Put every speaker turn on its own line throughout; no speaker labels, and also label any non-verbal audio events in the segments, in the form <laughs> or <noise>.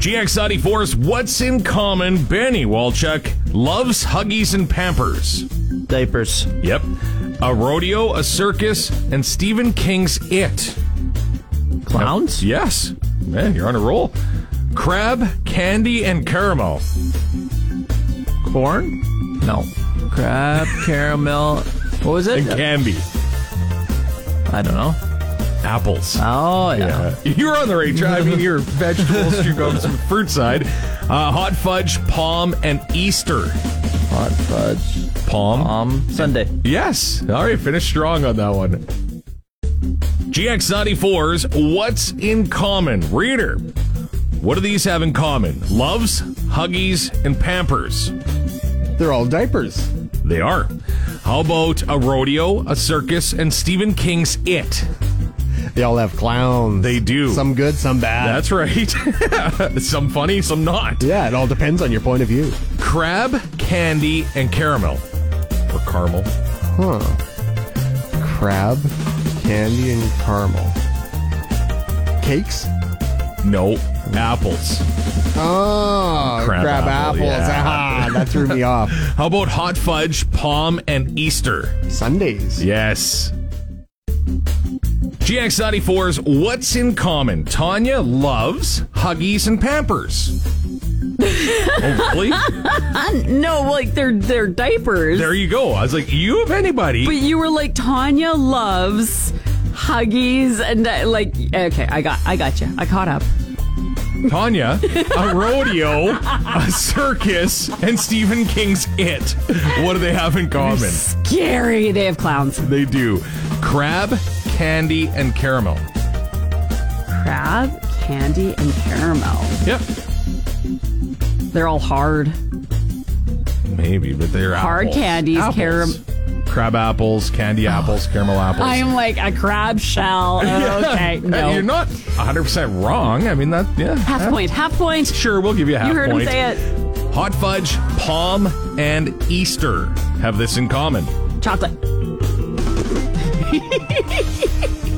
GX94's What's in Common? Benny Walchuk loves Huggies and Pampers.
Diapers.
Yep. A rodeo, a circus, and Stephen King's It.
Clowns?
Yes. Man, you're on a roll. Crab, candy, and caramel.
Corn? No. Crab, caramel. What was it?
And candy.
I don't know.
Apples.
Oh, yeah.
You're on the right track. I mean, your vegetables, you go to some fruit side. Uh, hot fudge, palm, and Easter.
Hot fudge.
Palm.
Um, Sunday.
Yes. All right, finish strong on that one. GX94's What's in Common? Reader, what do these have in common? Loves, Huggies, and Pampers.
They're all diapers.
They are. How about a rodeo, a circus, and Stephen King's It?
They all have clowns.
They do.
Some good, some bad.
That's right. <laughs> some funny, some not.
yeah, it all depends on your point of view.
Crab, candy, and caramel. Or caramel.
Huh. Crab, candy, and caramel. Cakes?
No, apples.
Oh,
Crab
crab,
apple,
apples.
yeah.
Ah, that threw
<laughs>
me off.
How about hot fudge, palm, and Easter?
Sundays.
Yes. GX94's What's in Common? Tanya loves Huggies and
<laughs>
Pampers. oh, really?
No, like they're they're diapers.
There you go. I was like, you of anybody.
but you were like Tanya loves Huggies and uh, like okay, I got I got you. I caught up.
Tanya, a rodeo, a circus, and Stephen King's It. What do they have in common?
Scary. They have clowns.
They do crab, candy, and caramel.
Crab, candy, and caramel.
Yep.
They're all hard.
Maybe, but they're
Hard
apples.
candies,
Apples.
caram- Oh.
crab apples, candy apples, caramel apples.
I am like a
<laughs>
crab shell. Oh, Okay, no.
You're not 100% wrong. I mean, that, yeah.
half point. Half point.
Sure, we'll give you a half
you heard
point.
him say it.
Hot fudge, palm, and Easter have this in common.
Chocolate.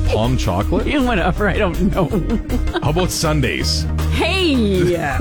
Palm chocolate?
Whatever. I don't know.
<laughs> How about Sundays?
Hey.